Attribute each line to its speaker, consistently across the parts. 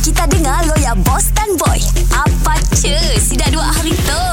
Speaker 1: Kita dengar lo ya Boss dan Boy Apa cuy Si dah dua hari tu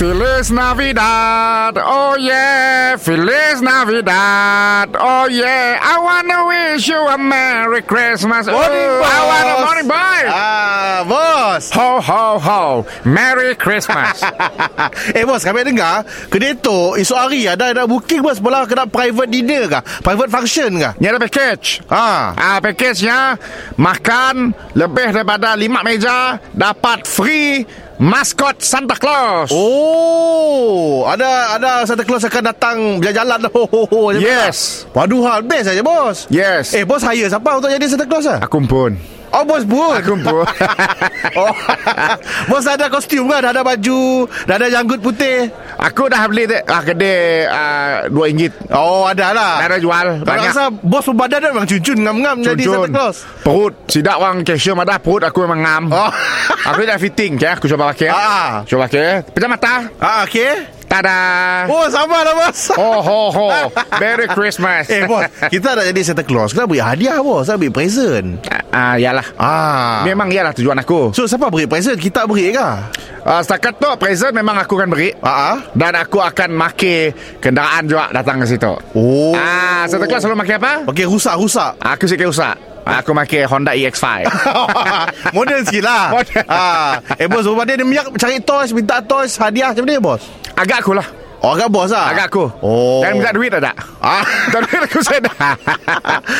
Speaker 2: Feliz Navidad. Oh yeah, Feliz Navidad. Oh yeah, I wanna wish you a Merry Christmas.
Speaker 3: Morning,
Speaker 2: oh, I
Speaker 3: boss.
Speaker 2: wanna morning, boy.
Speaker 3: Ah, bos.
Speaker 2: Ho ho ho. Merry Christmas.
Speaker 3: eh bos, kami dengar kedai tu esok hari ada nak booking bos bola kena private dinner kah? Private function kah?
Speaker 2: Ni ada package.
Speaker 3: Ha.
Speaker 2: Ah, pakejnya makan lebih daripada lima meja dapat free maskot Santa Claus.
Speaker 3: Oh, ada ada Santa Claus akan datang jalan-jalan. Ho ho ho.
Speaker 2: Yes.
Speaker 3: Waduh hal best saja bos.
Speaker 2: Yes.
Speaker 3: Eh bos hire siapa untuk jadi Santa Claus ah?
Speaker 2: Aku pun.
Speaker 3: Oh bos pun.
Speaker 2: Aku pun.
Speaker 3: Oh. bos dah ada kostum kan? Dah ada baju, dah ada janggut putih.
Speaker 2: Aku dah beli te- ah, kedai ah, dua ringgit.
Speaker 3: Oh, ada lah.
Speaker 2: Dah ada jual
Speaker 3: Kau nak
Speaker 2: banyak.
Speaker 3: rasa bos berbadan memang cucun ngam-ngam jadi Santa
Speaker 2: Jujun
Speaker 3: Claus.
Speaker 2: Perut Sidak orang cashier madah Perut aku memang ngam
Speaker 3: Oh.
Speaker 2: Aku dah fitting ke Aku cuba pakai
Speaker 3: Ah.
Speaker 2: Cuba pakai Pejam mata
Speaker 3: Ah, okey.
Speaker 2: Tada
Speaker 3: Oh, sama lah bos.
Speaker 2: Ho ho ho Merry Christmas
Speaker 3: Eh bos, kita nak jadi Santa Claus. Kena beri hadiah bos, nak beri present.
Speaker 2: Ah, Yalah
Speaker 3: Ah.
Speaker 2: Memang ialah tujuan aku
Speaker 3: So siapa beri present? Kita beri ke? Ah.
Speaker 2: uh, Setakat tu Present memang aku akan beri
Speaker 3: ah.
Speaker 2: Dan aku akan maki Kendaraan juga Datang ke situ
Speaker 3: Oh.
Speaker 2: Ah, Santa Claus selalu maki apa?
Speaker 3: Okey, rusak-rusak.
Speaker 2: Aku sikit usah Aku maki Honda E EX5
Speaker 3: Modern sikit lah
Speaker 2: Modern.
Speaker 3: ah. Eh bos Berbadan dia miak Cari toys Minta toys Hadiah macam mana bos
Speaker 2: Agak aku lah
Speaker 3: Oh agak bos lah
Speaker 2: Agak aku
Speaker 3: Oh
Speaker 2: Dan minta duit ada
Speaker 3: Ah.
Speaker 2: Minta duit aku saya dah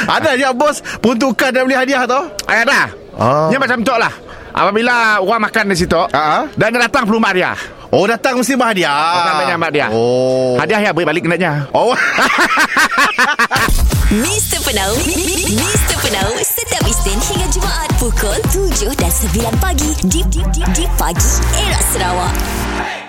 Speaker 3: Ada je bos Peruntukan dan beli hadiah tau
Speaker 2: Ayah dah
Speaker 3: Ah.
Speaker 2: Dia macam tu lah Apabila orang makan di situ
Speaker 3: Ah.
Speaker 2: Dan dia datang perlu mak dia
Speaker 3: Oh datang mesti berhadiah
Speaker 2: Datang banyak mak dia
Speaker 3: Oh
Speaker 2: Hadiah ya boleh balik kendaknya
Speaker 3: Oh
Speaker 1: Mr. Penau Mr. Penau Setiap Isnin hingga Jumaat Pukul 7 dan 9 pagi Di, di, di, di pagi Era Sarawak